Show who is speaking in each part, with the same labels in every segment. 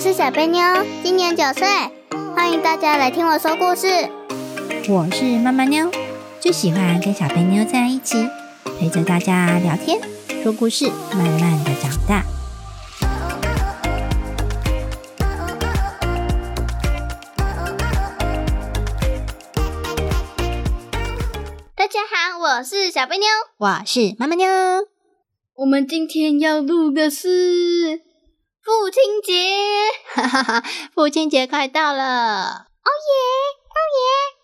Speaker 1: 是小贝妞，今年九岁，欢迎大家来听我说故事。
Speaker 2: 我是妈妈妞，最喜欢跟小贝妞在一起，陪着大家聊天、说故事，慢慢的长大。
Speaker 1: 大家好，我是小贝妞。
Speaker 2: 我是妈妈妞，
Speaker 1: 我们今天要录的是父亲节，
Speaker 2: 哈哈哈，父亲节快到了，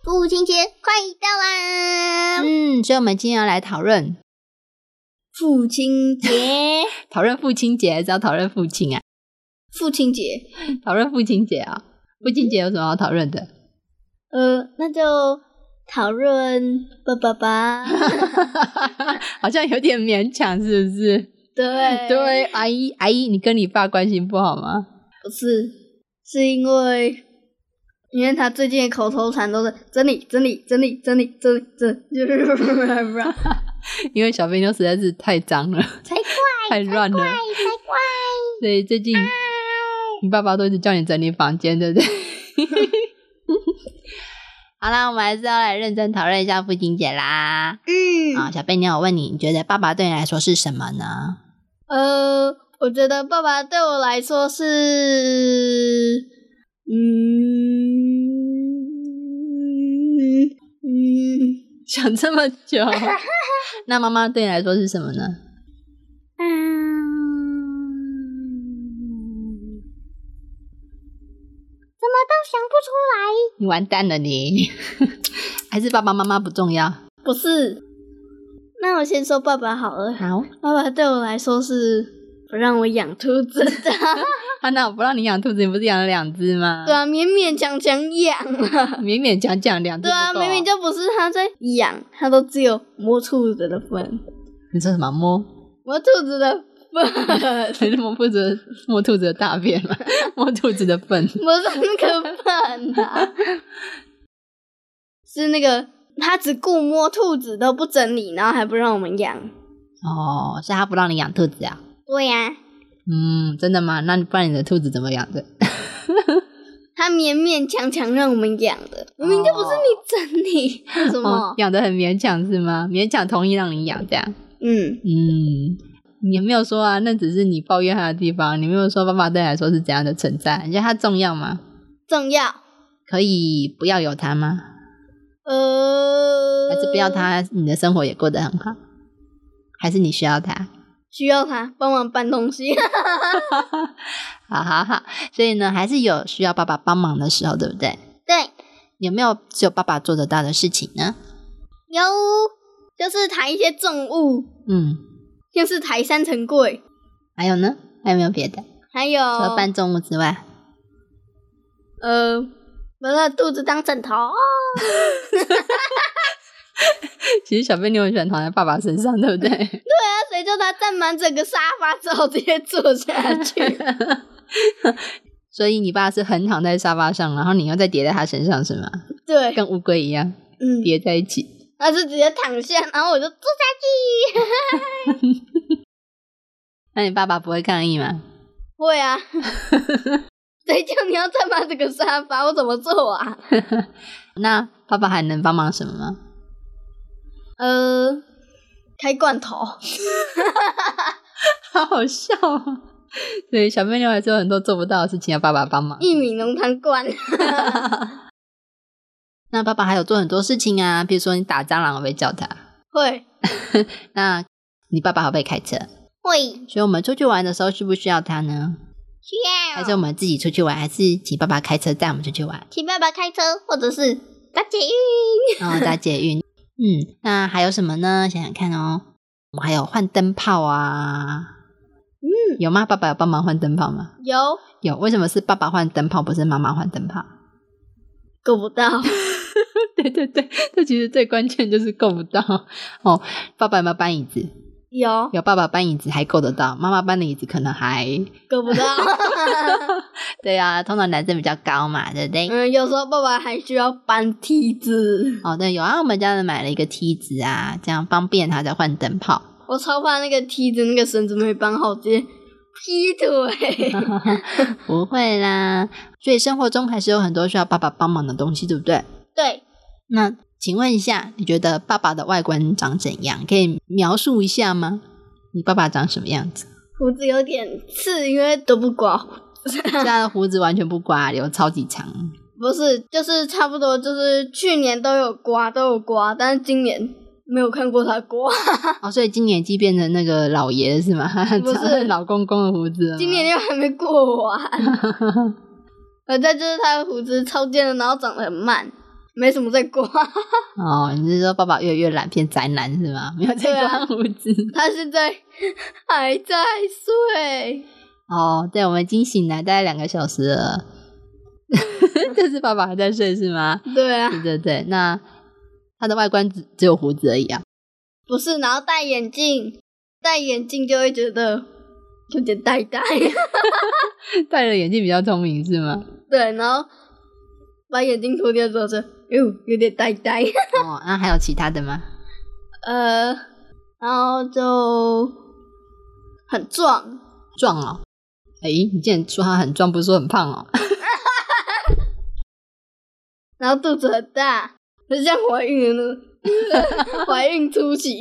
Speaker 1: 父亲节快到啦！
Speaker 2: 嗯，所以我们今天要来讨论
Speaker 1: 父亲节，
Speaker 2: 讨论父亲节，还是要讨论父亲啊？
Speaker 1: 父亲节，
Speaker 2: 讨论父亲节啊？父亲节有什么好讨论的？
Speaker 1: 呃，那就讨论爸爸吧。
Speaker 2: 好像有点勉强，是不是？
Speaker 1: 对
Speaker 2: 对，，阿姨，阿姨，你跟你爸关系不好吗？
Speaker 1: 不是，是因为因为他最近的口头禅都是整理整理整理整理整理整理， 就是
Speaker 2: 因为小肥妞实在是太脏了，
Speaker 1: 才怪
Speaker 2: 太乱了，
Speaker 1: 才怪。
Speaker 2: 所以最近你爸爸都一直叫你整理房间，对不对？ 好啦，我们还是要来认真讨论一下父亲节啦。啊、
Speaker 1: 嗯，
Speaker 2: 小贝妞，我问你，你觉得爸爸对你来说是什么呢？
Speaker 1: 呃，我觉得爸爸对我来说是，嗯嗯
Speaker 2: 想这么 久，那妈妈对你来说是什么呢？
Speaker 1: 嗯，怎么都想不出来。
Speaker 2: 你完蛋了你， 还是爸爸妈妈不重要？
Speaker 1: 不是，那我先说爸爸好了。
Speaker 2: 好，
Speaker 1: 爸爸对我来说是不让我养兔子的，
Speaker 2: 他啊那我不让你养兔子，你不是养了两只吗？
Speaker 1: 对啊，勉勉强强养了。
Speaker 2: 勉勉强强两只
Speaker 1: 对啊，
Speaker 2: 不够
Speaker 1: 明明就不是他在养，他都只有摸兔子的份，
Speaker 2: 你说什么摸？
Speaker 1: 摸兔子的份，
Speaker 2: 你是摸兔子摸兔子的大便吗？ 摸兔子的粪？
Speaker 1: 摸上那个份啊， 是那个他只顾摸兔子都不整理，然后还不让我们养。
Speaker 2: 哦，所以他不让你养兔子啊？
Speaker 1: 对呀、
Speaker 2: 嗯，真的吗？那你不然你的兔子怎么养的？
Speaker 1: 他勉勉强强让我们养的，明明就不是你整理，为什么
Speaker 2: 哦？养的很勉强是吗？勉强同意让你养这样？
Speaker 1: 嗯，
Speaker 2: 嗯，你也没有说啊，那只是你抱怨他的地方，你没有说爸爸对你来说是怎样的存在？你觉得他重要吗？
Speaker 1: 重要。
Speaker 2: 可以不要有他吗？
Speaker 1: 呃，
Speaker 2: 还是不要？他，你的生活也过得很好？还是你需要他？
Speaker 1: 需要他帮忙搬东 西。
Speaker 2: 好好好，所以呢，还是有需要爸爸帮忙的时候，对不对？
Speaker 1: 对，
Speaker 2: 有没有只有爸爸做得到的事情呢？
Speaker 1: 有，就是抬一些重物，
Speaker 2: 嗯，
Speaker 1: 像是抬三层柜，
Speaker 2: 还有呢？还有没有别的？
Speaker 1: 还有
Speaker 2: 除了搬重物之外，
Speaker 1: 呃，把他的肚子当枕头。
Speaker 2: 其实小贝妞很喜欢躺在爸爸身上，对不对？
Speaker 1: 那谁叫他占满整个沙发之后直接坐下去？
Speaker 2: 所以你爸是横躺在沙发上，然后你又再叠在他身上，是吗？
Speaker 1: 对，
Speaker 2: 跟乌龟一样
Speaker 1: 嗯，
Speaker 2: 叠在一起。
Speaker 1: 他是直接躺下，然后我就坐下去。
Speaker 2: 那你爸爸不会抗议吗？
Speaker 1: 会啊。谁叫你要占满整个沙发？我怎么坐啊？
Speaker 2: 那爸爸还能帮忙什么吗？
Speaker 1: 呃，开罐头。
Speaker 2: 好好笑哦！ 对，小贝妞还是有很多做不到的事情要爸爸帮忙。
Speaker 1: 玉米浓汤罐，
Speaker 2: 那爸爸还有做很多事情啊，比如说你打蟑螂，我会叫他。
Speaker 1: 会
Speaker 2: 那你爸爸会不会开车？
Speaker 1: 会
Speaker 2: 所以我们出去玩的时候需不需要他呢？
Speaker 1: 需要，？
Speaker 2: 还是我们自己出去玩，还是请爸爸开车带我们出去玩
Speaker 1: 请爸爸开车，或者是搭捷运。
Speaker 2: 然后搭捷运。 嗯，那还有什么呢？想想看哦，我们还有换灯泡啊。嗯，有吗？爸爸有帮忙换灯泡吗？
Speaker 1: 有
Speaker 2: 有。为什么是爸爸换灯泡，不是妈妈换灯泡？
Speaker 1: 够不到，
Speaker 2: 对对对，这其实最关键就是够不到哦。爸爸有没有搬椅子？
Speaker 1: 有
Speaker 2: 有爸爸搬椅子还够得到，妈妈搬的椅子可能还……
Speaker 1: 够不到。
Speaker 2: 对啊，通常男生比较高嘛，对不对？
Speaker 1: 嗯，有时候爸爸还需要搬梯子，
Speaker 2: 哦，对，有啊，我们家人买了一个梯子啊，这样方便他再换灯泡。
Speaker 1: 我超怕那个梯子那个绳子没绑好，直接劈腿。
Speaker 2: 不会啦，所以生活中还是有很多需要爸爸帮忙的东西，对不对？
Speaker 1: 对，
Speaker 2: 那请问一下，你觉得爸爸的外观长怎样？可以描述一下吗？你爸爸长什么样子？
Speaker 1: 胡子有点刺，因为都不刮胡子。
Speaker 2: 现在的胡子完全不刮，留超级长。
Speaker 1: 不是，就是差不多，就是去年都有刮，都有刮，但是今年没有看过他刮。
Speaker 2: 哦，所以今年已经变成那个老爷了是吗？
Speaker 1: 不是
Speaker 2: 长 老公公的胡子了吗。
Speaker 1: 今年又还没过完。呃，再就是他的胡子超尖的，然后长得很慢，没什么在刮。
Speaker 2: 哦，你是说爸爸越来越懒变宅男是吗？没有在
Speaker 1: 对啊
Speaker 2: 刮胡子。
Speaker 1: 他现在还在睡，
Speaker 2: 哦，对，我们已经醒来大概两个小时了， 但是爸爸还在睡是吗？
Speaker 1: 对啊，
Speaker 2: 对对对，那他的外观只只有胡子而已啊。
Speaker 1: 不是，然后戴眼镜，戴眼镜就会觉得有点呆呆。
Speaker 2: 戴了眼镜比较聪明是吗？
Speaker 1: 对，然后把眼镜脱掉之后说，哟，有点呆呆。
Speaker 2: 哦，那还有其他的吗？
Speaker 1: 呃，然后就很壮，
Speaker 2: 壮哦，诶，你竟然说他很壮，不是说很胖哦？
Speaker 1: 然后肚子很大，很像怀孕的那种， 怀孕初期。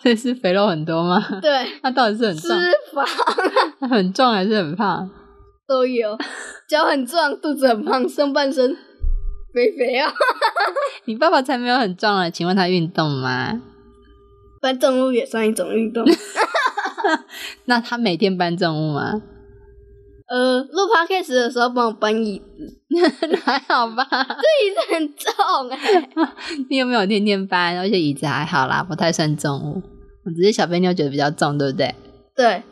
Speaker 2: 这是肥肉很多吗？
Speaker 1: 对，
Speaker 2: 他到底是很
Speaker 1: 脂
Speaker 2: 壮，
Speaker 1: 肪
Speaker 2: 他很壮还是很胖？
Speaker 1: 都有，脚很壮，肚子很胖，上半身肥肥啊，
Speaker 2: 你爸爸才没有很壮啊了，请问他运动吗？
Speaker 1: 搬重物也算一种运动。
Speaker 2: 那他每天搬重物吗？
Speaker 1: 呃，录 podcast 的时候帮我搬椅子，
Speaker 2: 还好吧。
Speaker 1: 椅子很重哎、
Speaker 2: 你有没有天天搬？而且椅子还好啦，不太算重物。我只是小肥妞觉得比较重，对不对？
Speaker 1: 对，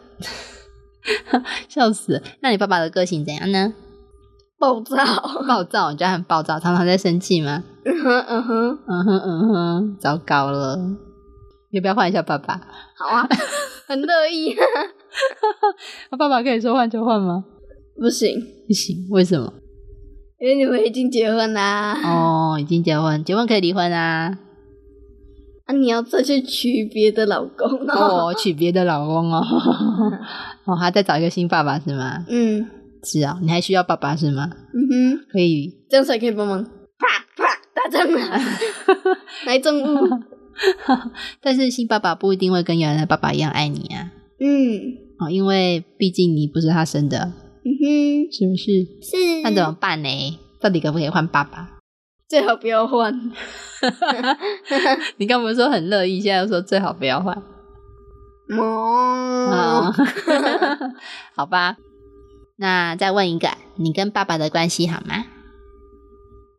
Speaker 2: 笑死！那你爸爸的个性怎样呢？
Speaker 1: 暴躁。
Speaker 2: 暴躁，你觉得他很暴躁，常常在生气吗？
Speaker 1: 嗯哼嗯哼，
Speaker 2: 嗯哼嗯哼，糟糕了！要不要换一下爸爸？
Speaker 1: 好啊，很乐意。啊
Speaker 2: 他爸爸可以说换就换吗？
Speaker 1: 不行，
Speaker 2: 不行，为什么？
Speaker 1: 因为你们已经结婚啦。
Speaker 2: 哦，已经结婚，结婚可以离婚 啊！
Speaker 1: 啊，你要再去娶别的老公哦。
Speaker 2: 哦，娶别的老公 哦，哦，他再找一个新爸爸是吗？
Speaker 1: 嗯
Speaker 2: 是啊，你还需要爸爸是吗？
Speaker 1: 嗯哼，
Speaker 2: 可以
Speaker 1: 这样才可以帮忙。啪啪，打仗了，来重物。
Speaker 2: 但是新爸爸不一定会跟原来的爸爸一样爱你啊，
Speaker 1: 嗯
Speaker 2: 哦，因为毕竟你不是他生的，
Speaker 1: 嗯哼，
Speaker 2: 是不是？
Speaker 1: 是。
Speaker 2: 那怎么办呢？到底可不可以换爸爸？
Speaker 1: 最好不要换。
Speaker 2: 你刚不是说很乐意，现在又说最好不要换啊？
Speaker 1: 哦，
Speaker 2: 好吧，那再问一个，你跟爸爸的关系好吗？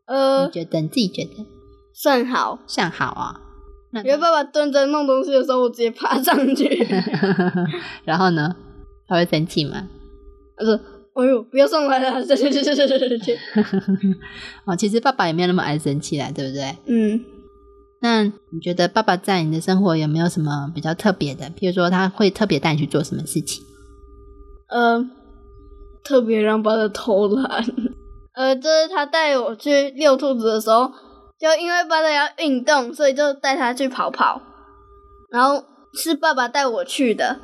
Speaker 1: 呃
Speaker 2: 你，觉得你自己觉得
Speaker 1: 算好。
Speaker 2: 算好啊、哦？那
Speaker 1: 因为爸爸蹲着弄东西的时候，我直接爬上去。
Speaker 2: 然后呢？他会生气吗？
Speaker 1: 他说：“哎呦，不要上来了， 去去去去去去去去。
Speaker 2: 哦，其实爸爸也没有那么爱生气啦，对不对？”
Speaker 1: 嗯，
Speaker 2: 那你觉得爸爸在你的生活有没有什么比较特别的？譬如说，他会特别带你去做什么事情？
Speaker 1: 呃，特别让爸爸偷懒。 呃，就是他带我去遛兔子的时候，就因为爸爸要运动，所以就带他去跑跑。然后是爸爸带我去的，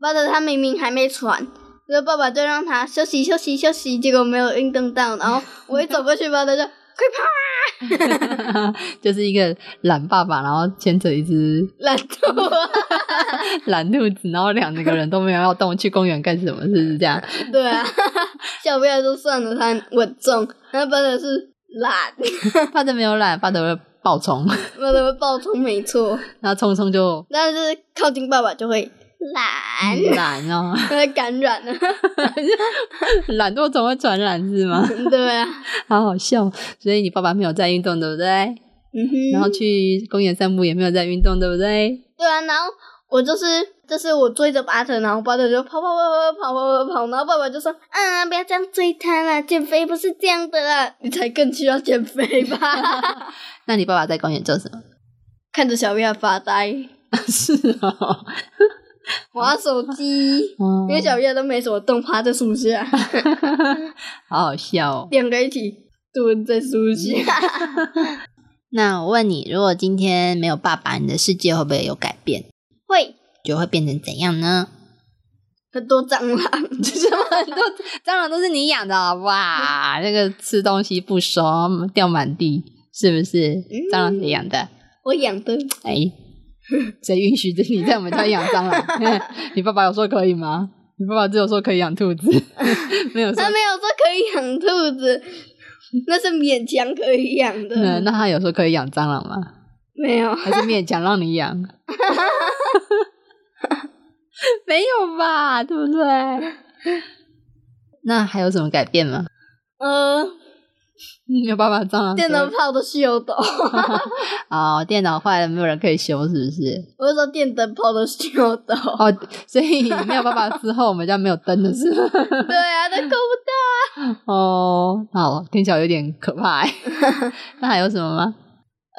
Speaker 1: 爸爸他明明还没喘。所以爸爸就让他休息休息休息，结果没有运动到，然后我一走过去，爸爸就快跑，
Speaker 2: 就是一个懒爸爸，然后牵着一只
Speaker 1: 懒惰、
Speaker 2: 懒兔子，然后两个人都没有要动，去公园干什么？是不是这样？
Speaker 1: 对啊，小朋友就算了，他很稳重，那爸爸是懒，
Speaker 2: 爸的没有懒，爸的会暴冲，
Speaker 1: 爸爸会爆冲没错，
Speaker 2: 然后冲冲就
Speaker 1: 但是靠近爸爸就会懒，
Speaker 2: 懒哦，
Speaker 1: 就会感染了。
Speaker 2: 懒惰总会传染是吗？
Speaker 1: 对啊，
Speaker 2: 好好笑。哦所以你爸爸没有在运动，对不对？
Speaker 1: 嗯哼，
Speaker 2: 然后去公园散步也没有在运动，对不对？
Speaker 1: 对啊，然后我就是就是我追着巴特，然后巴特就跑跑跑跑跑跑跑跑，然后爸爸就说：“啊，不要这样追他啦，减肥不是这样的啦，你才更需要减肥吧。
Speaker 2: 那你爸爸在公园做什么？”
Speaker 1: 看着小朋友发呆，
Speaker 2: 是哦，嗯
Speaker 1: 玩手机。
Speaker 2: 因
Speaker 1: 因为小朋友都没什么动，趴在树下。
Speaker 2: 嗯好好笑哦。
Speaker 1: 两个一起蹲在树下。
Speaker 2: 那我问你，如果今天没有爸爸，你的世界会不会有改变？
Speaker 1: 会，
Speaker 2: 就会变成怎样呢？
Speaker 1: 很多蟑螂，
Speaker 2: 什么很多蟑螂都是你养的哦，哇， 那个吃东西不熟掉满地，是不是？蟑螂谁养的？
Speaker 1: 我养的。
Speaker 2: 哎，谁允许着你在我们家养蟑螂？ 你爸爸有说可以吗？你爸爸只有说可以养兔子， 没有说
Speaker 1: 他没有说可以养兔子， 那是勉强可以养的。
Speaker 2: 嗯，那他有说可以养蟑螂吗？
Speaker 1: 没有，
Speaker 2: 还是勉强让你养？ 没有吧，对不对？那还有什么改变吗？
Speaker 1: 呃，
Speaker 2: 没有办法，蟑螂
Speaker 1: 电
Speaker 2: 说
Speaker 1: 灯泡的秀逗，
Speaker 2: 哦，电脑坏了，没有人可以修，是不是？
Speaker 1: 我是说电灯泡的秀逗。
Speaker 2: 哦，所以没有办法，之后我们家没有灯的是吗
Speaker 1: 对啊，都够不到。
Speaker 2: 哦，好，听起来有点可怕 欸。那还有什么吗？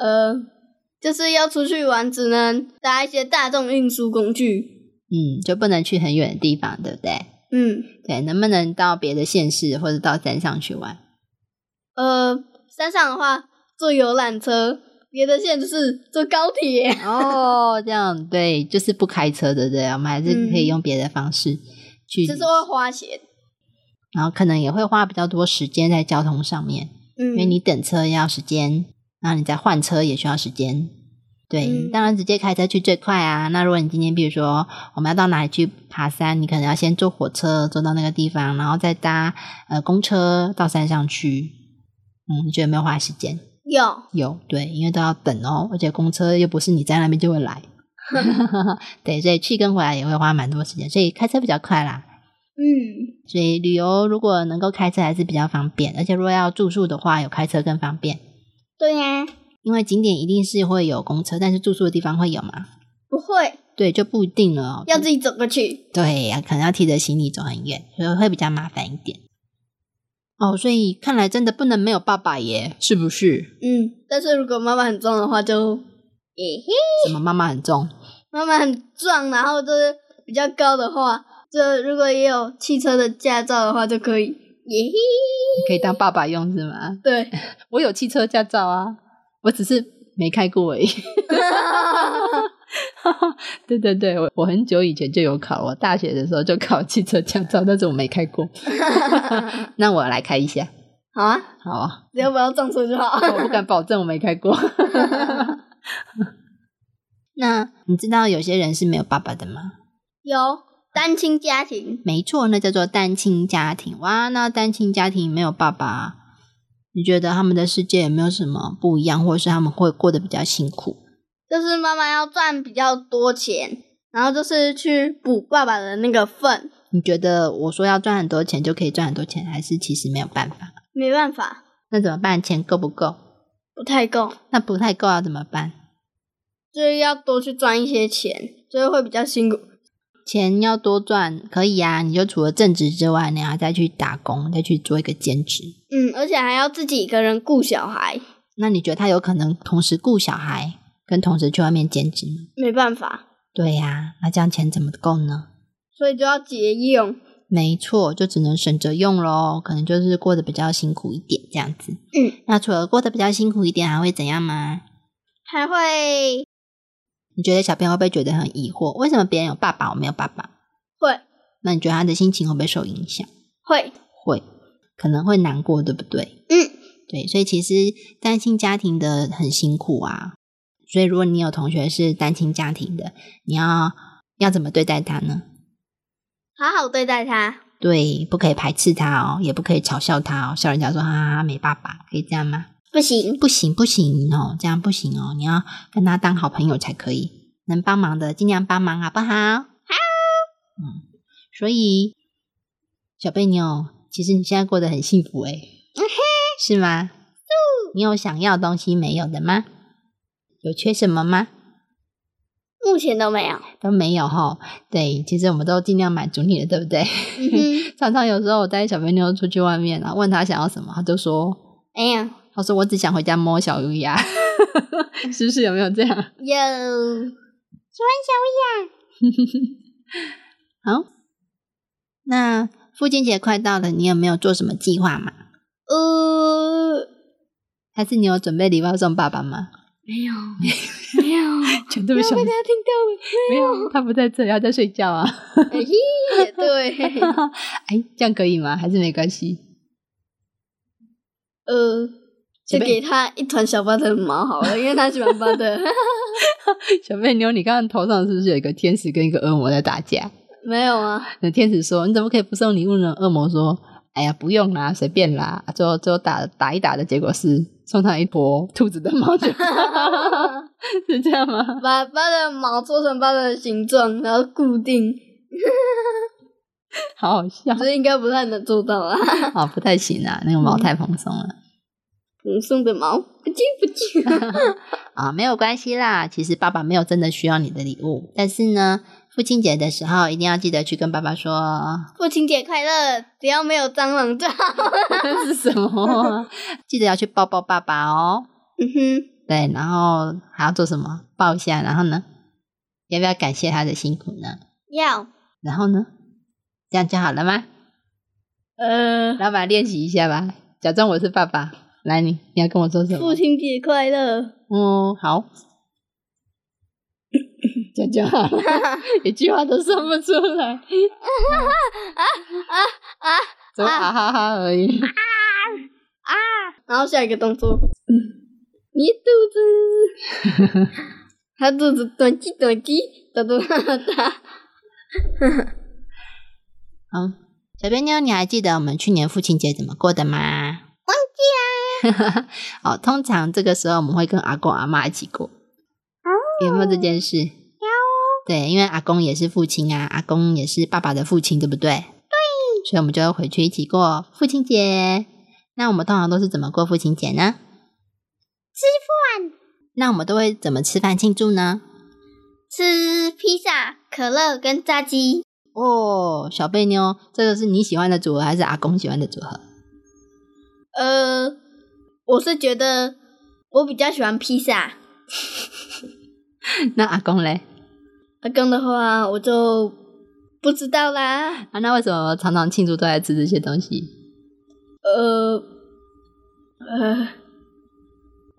Speaker 1: 呃，就是要出去玩，只能搭一些大众运输工具。
Speaker 2: 嗯，就不能去很远的地方，对不对？
Speaker 1: 嗯，
Speaker 2: 对，能不能到别的县市或者到山上去玩？
Speaker 1: 呃，山上的话坐游览车，别的县市坐高铁。
Speaker 2: 哦，这样对，就是不开车的，对不对，我们还是可以
Speaker 1: 嗯
Speaker 2: 用别的方式去，
Speaker 1: 只是会花钱。
Speaker 2: 然后可能也会花比较多时间在交通上面，
Speaker 1: 嗯，
Speaker 2: 因为你等车要时间，然后你再换车也需要时间。对，
Speaker 1: 嗯
Speaker 2: 当然直接开车去最快啊。那如果你今天比如说我们要到哪里去爬山，你可能要先坐火车坐到那个地方，然后再搭呃公车到山上去。嗯，你觉得有没有花时间？
Speaker 1: 有
Speaker 2: 有，对，因为都要等哦，而且公车又不是你在那边就会来，对，所以去跟回来也会花蛮多时间，所以开车比较快啦。
Speaker 1: 嗯，
Speaker 2: 所以旅游如果能够开车还是比较方便，而且如果要住宿的话，有开车更方便，
Speaker 1: 对啊呀、
Speaker 2: 因为景点一定是会有公车，但是住宿的地方会有嘛？
Speaker 1: 不会，
Speaker 2: 对，就不一定了哦。
Speaker 1: 要自己走过去。
Speaker 2: 对呀，可能要提着行李走很远，所以会比较麻烦一点。哦，所以看来真的不能没有爸爸耶，是不是？
Speaker 1: 嗯，但是如果妈妈很重的话就，诶嘿，
Speaker 2: 什么妈妈很重？
Speaker 1: 妈妈很壮，然后就是比较高的话，就如果也有汽车的驾照的话就可以。耶嘿，
Speaker 2: 可以当爸爸用是吗？
Speaker 1: 对，
Speaker 2: 我有汽车驾照啊，我只是没开过而已。 对对对，我我很久以前就有考，我大学的时候就考汽车驾照，但是我没开过。 那我来开一下，
Speaker 1: 好啊，
Speaker 2: 好啊，
Speaker 1: 只要不要撞车就 好。
Speaker 2: 我不敢保证我没开过。那 你知道有些人是没有爸爸的吗？
Speaker 1: 有单亲家庭，
Speaker 2: 没错，那叫做单亲家庭。哇，那单亲家庭没有爸爸，你觉得他们的世界有没有什么不一样，或者是他们会过得比较辛苦？
Speaker 1: 就是妈妈要赚比较多钱，然后就是去补爸爸的那个份，
Speaker 2: 你觉得我说要赚很多钱就可以赚很多钱，还是其实没有办法？
Speaker 1: 没办法，
Speaker 2: 那怎么办？钱够不够？
Speaker 1: 不太够，
Speaker 2: 那不太够要怎么办？
Speaker 1: 就是要多去赚一些钱，就是会比较辛苦。
Speaker 2: 钱要多赚，可以啊，你就除了正职之外，你还要再去打工，再去做一个兼职。
Speaker 1: 嗯，而且还要自己一个人顾小孩，
Speaker 2: 那你觉得他有可能同时顾小孩，跟同时去外面兼职吗？
Speaker 1: 没办法，
Speaker 2: 对呀、那这样钱怎么够呢？
Speaker 1: 所以就要节用。
Speaker 2: 没错，就只能省着用喽，可能就是过得比较辛苦一点这样子。
Speaker 1: 嗯，
Speaker 2: 那除了过得比较辛苦一点，还会怎样吗？
Speaker 1: 还会
Speaker 2: 你觉得小朋友会不会觉得很疑惑，为什么别人有爸爸，我没有爸爸？
Speaker 1: 会
Speaker 2: 那你觉得他的心情会不会受影响？
Speaker 1: 会，
Speaker 2: 会，可能会难过，对不对？
Speaker 1: 嗯，
Speaker 2: 对，所以其实单亲家庭的很辛苦啊。所以如果你有同学是单亲家庭的，你要要怎么对待他呢？
Speaker 1: 好好对待他。
Speaker 2: 对，不可以排斥他哦，也不可以嘲笑他哦，笑人家说哈哈、啊、没爸爸，可以这样吗？
Speaker 1: 不行，
Speaker 2: 不行不行哦，这样不行哦，你要跟他当好朋友才可以，能帮忙的尽量帮忙，好不好？好。嗯，所以小贝妞，其实你现在过得很幸福诶、
Speaker 1: 嗯
Speaker 2: 是吗？你有想要的东西没有的吗？有缺什么吗？
Speaker 1: 目前都没有。
Speaker 2: 都没有哈。对，其实我们都尽量满足你了，对不对？
Speaker 1: 嗯哼，
Speaker 2: 常常有时候我带小贝妞出去外面啊，问他想要什么，他就说
Speaker 1: 哎呀，：“
Speaker 2: 他说我只想回家摸小乌鸦。” 是不是有没有这样？
Speaker 1: 有
Speaker 2: 好，那父亲节快到了，你有没有做什么计划吗？
Speaker 1: 呃，
Speaker 2: 还是你有准备礼物要送爸爸吗？
Speaker 1: 没有，没有，
Speaker 2: 绝对不想
Speaker 1: 被他听到了。
Speaker 2: 没有，他不在这，他在睡觉啊。
Speaker 1: 哎也对，
Speaker 2: 哎，这样可以吗？还是没关系？
Speaker 1: 呃，就
Speaker 2: 随
Speaker 1: 给
Speaker 2: 便
Speaker 1: 他一团小巴的毛好了，因为他喜欢巴 的。
Speaker 2: 小贝妞，你刚刚头上是不是有一个天使跟一个恶魔在打架？
Speaker 1: 没有 啊，
Speaker 2: 那天使说：“你怎么可以不送礼物呢？”恶魔说：“哎呀，不用啦，随便啦。”最后最后打打一打的结果是送他一坨兔子的毛球， 是这样吗？
Speaker 1: 把巴的毛做成巴的形状，然后固定，
Speaker 2: 好好笑
Speaker 1: 这应该不太能做到啊。
Speaker 2: 啊，不太行啊，那个毛太蓬松了、
Speaker 1: 蓬松的毛，不进不进。
Speaker 2: 啊，没有关系啦。其实爸爸没有真的需要你的礼物，但是呢，父亲节的时候一定要记得去跟爸爸说，
Speaker 1: 父亲节快乐！只要没有蟑螂照。
Speaker 2: 是什么啊， 记得要去抱抱爸爸哦。
Speaker 1: 嗯哼，
Speaker 2: 对，然后还要做什么？抱一下，然后呢？要不要感谢他的辛苦呢？
Speaker 1: 要
Speaker 2: 然后呢？这样就好了吗？
Speaker 1: 呃，
Speaker 2: 老板练习一下吧，假装我是爸爸。来，你你要跟我说什
Speaker 1: 父
Speaker 2: 么？
Speaker 1: 亲节快乐。
Speaker 2: 嗯， 好，这样就好了， 一句话都说不出 来。啊啊
Speaker 1: 啊！
Speaker 2: 只有哈哈哈而已。
Speaker 1: 然后下一个动作，嗯，你肚子，他肚子短鸡短鸡，哒哒哒哒。
Speaker 2: 好，嗯小编妞，你还记得我们去年父亲节怎么过的吗？忘记啦。 哦，通常这个时候我们会跟阿公阿妈一起过。有没有这件哦事？有。哦对，因为阿公也是父亲啊，阿公也是爸爸的父亲，对不对？对。所以我们就会回去一起过父亲节。那我们通常都是怎么过父亲节呢？吃饭。那我们都会怎么吃饭庆祝呢？
Speaker 1: 吃披萨、可乐跟炸鸡，
Speaker 2: 哦，小贝妞，这个是你喜欢的组合还是阿公喜欢的组合？
Speaker 1: 呃，我是觉得我比较喜欢披萨。
Speaker 2: 那阿公嘞？
Speaker 1: 阿公的话，我就不知道啦。
Speaker 2: 啊，那为什么常常庆祝都在吃这些东西？
Speaker 1: 呃，呃，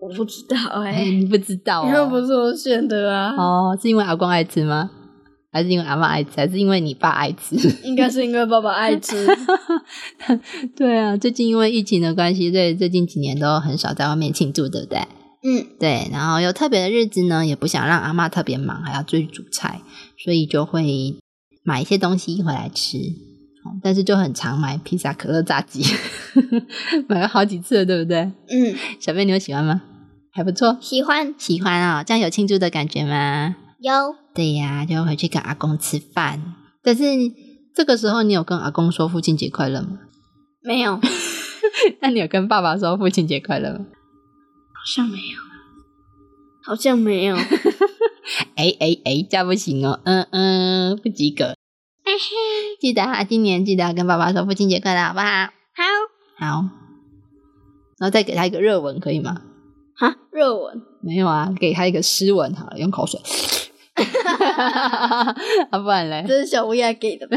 Speaker 1: 我不知道哎、
Speaker 2: 哎、你不知道
Speaker 1: 因为不
Speaker 2: 哦。
Speaker 1: 是我选的啊，
Speaker 2: 哦，是因为阿公爱吃吗？还是因为阿妈爱吃？还是因为你爸爱 吃？
Speaker 1: 应该是因为爸爸爱 吃。
Speaker 2: 对啊，最近因为疫情的关系，所以最近几年都很少在外面庆祝，对不对？
Speaker 1: 嗯，
Speaker 2: 对，然后有特别的日子呢，也不想让阿妈特别忙，还要去煮菜，所以就会买一些东西回来吃。哦但是就很常买披萨、可乐、炸鸡， 买了好几次了，对不对？
Speaker 1: 嗯，
Speaker 2: 小贝，你有喜欢吗？还不错，
Speaker 1: 喜欢
Speaker 2: 喜欢啊、这样有庆祝的感觉吗？
Speaker 1: 有
Speaker 2: 对呀、就回去跟阿公吃饭。但是这个时候，你有跟阿公说父亲节快乐吗？
Speaker 1: 没有？好
Speaker 2: 那你有跟爸爸说父亲节快乐吗？
Speaker 1: 像没有，好像没 有。
Speaker 2: 哎哎哎，这样不行哦，嗯嗯，不及格。 记得啊，今年记得要跟爸爸说父亲节快乐，好不好？
Speaker 1: 好
Speaker 2: 好，然后再给他一个热吻，可以吗？
Speaker 1: 哈，热吻
Speaker 2: 没有啊，给他一个湿吻好了，用口水。 啊，不然嘞？
Speaker 1: 这是小乌鸦给的吧？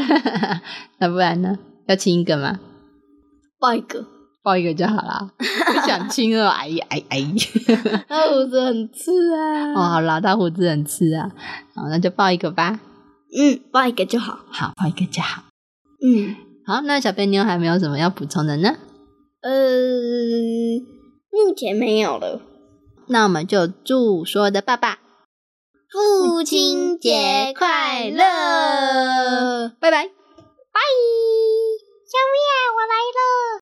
Speaker 2: 那不然呢？要亲一个吗？
Speaker 1: 抱一个，
Speaker 2: 抱一个就好 啦，不想亲了，哎呀 哎哎！
Speaker 1: 他胡子很刺啊。
Speaker 2: 哦，好啦，大胡子很吃啊，好，那就抱一个吧。
Speaker 1: 嗯，抱一个就好。
Speaker 2: 好，抱一个就好。
Speaker 1: 嗯，
Speaker 2: 好，那小贝妞还没有什么要补充的呢，
Speaker 1: 呃，目前没有了。
Speaker 2: 那我们就祝所有的爸爸
Speaker 1: 父
Speaker 2: 亲节快乐，
Speaker 1: 拜拜。
Speaker 2: 拜。
Speaker 1: 啊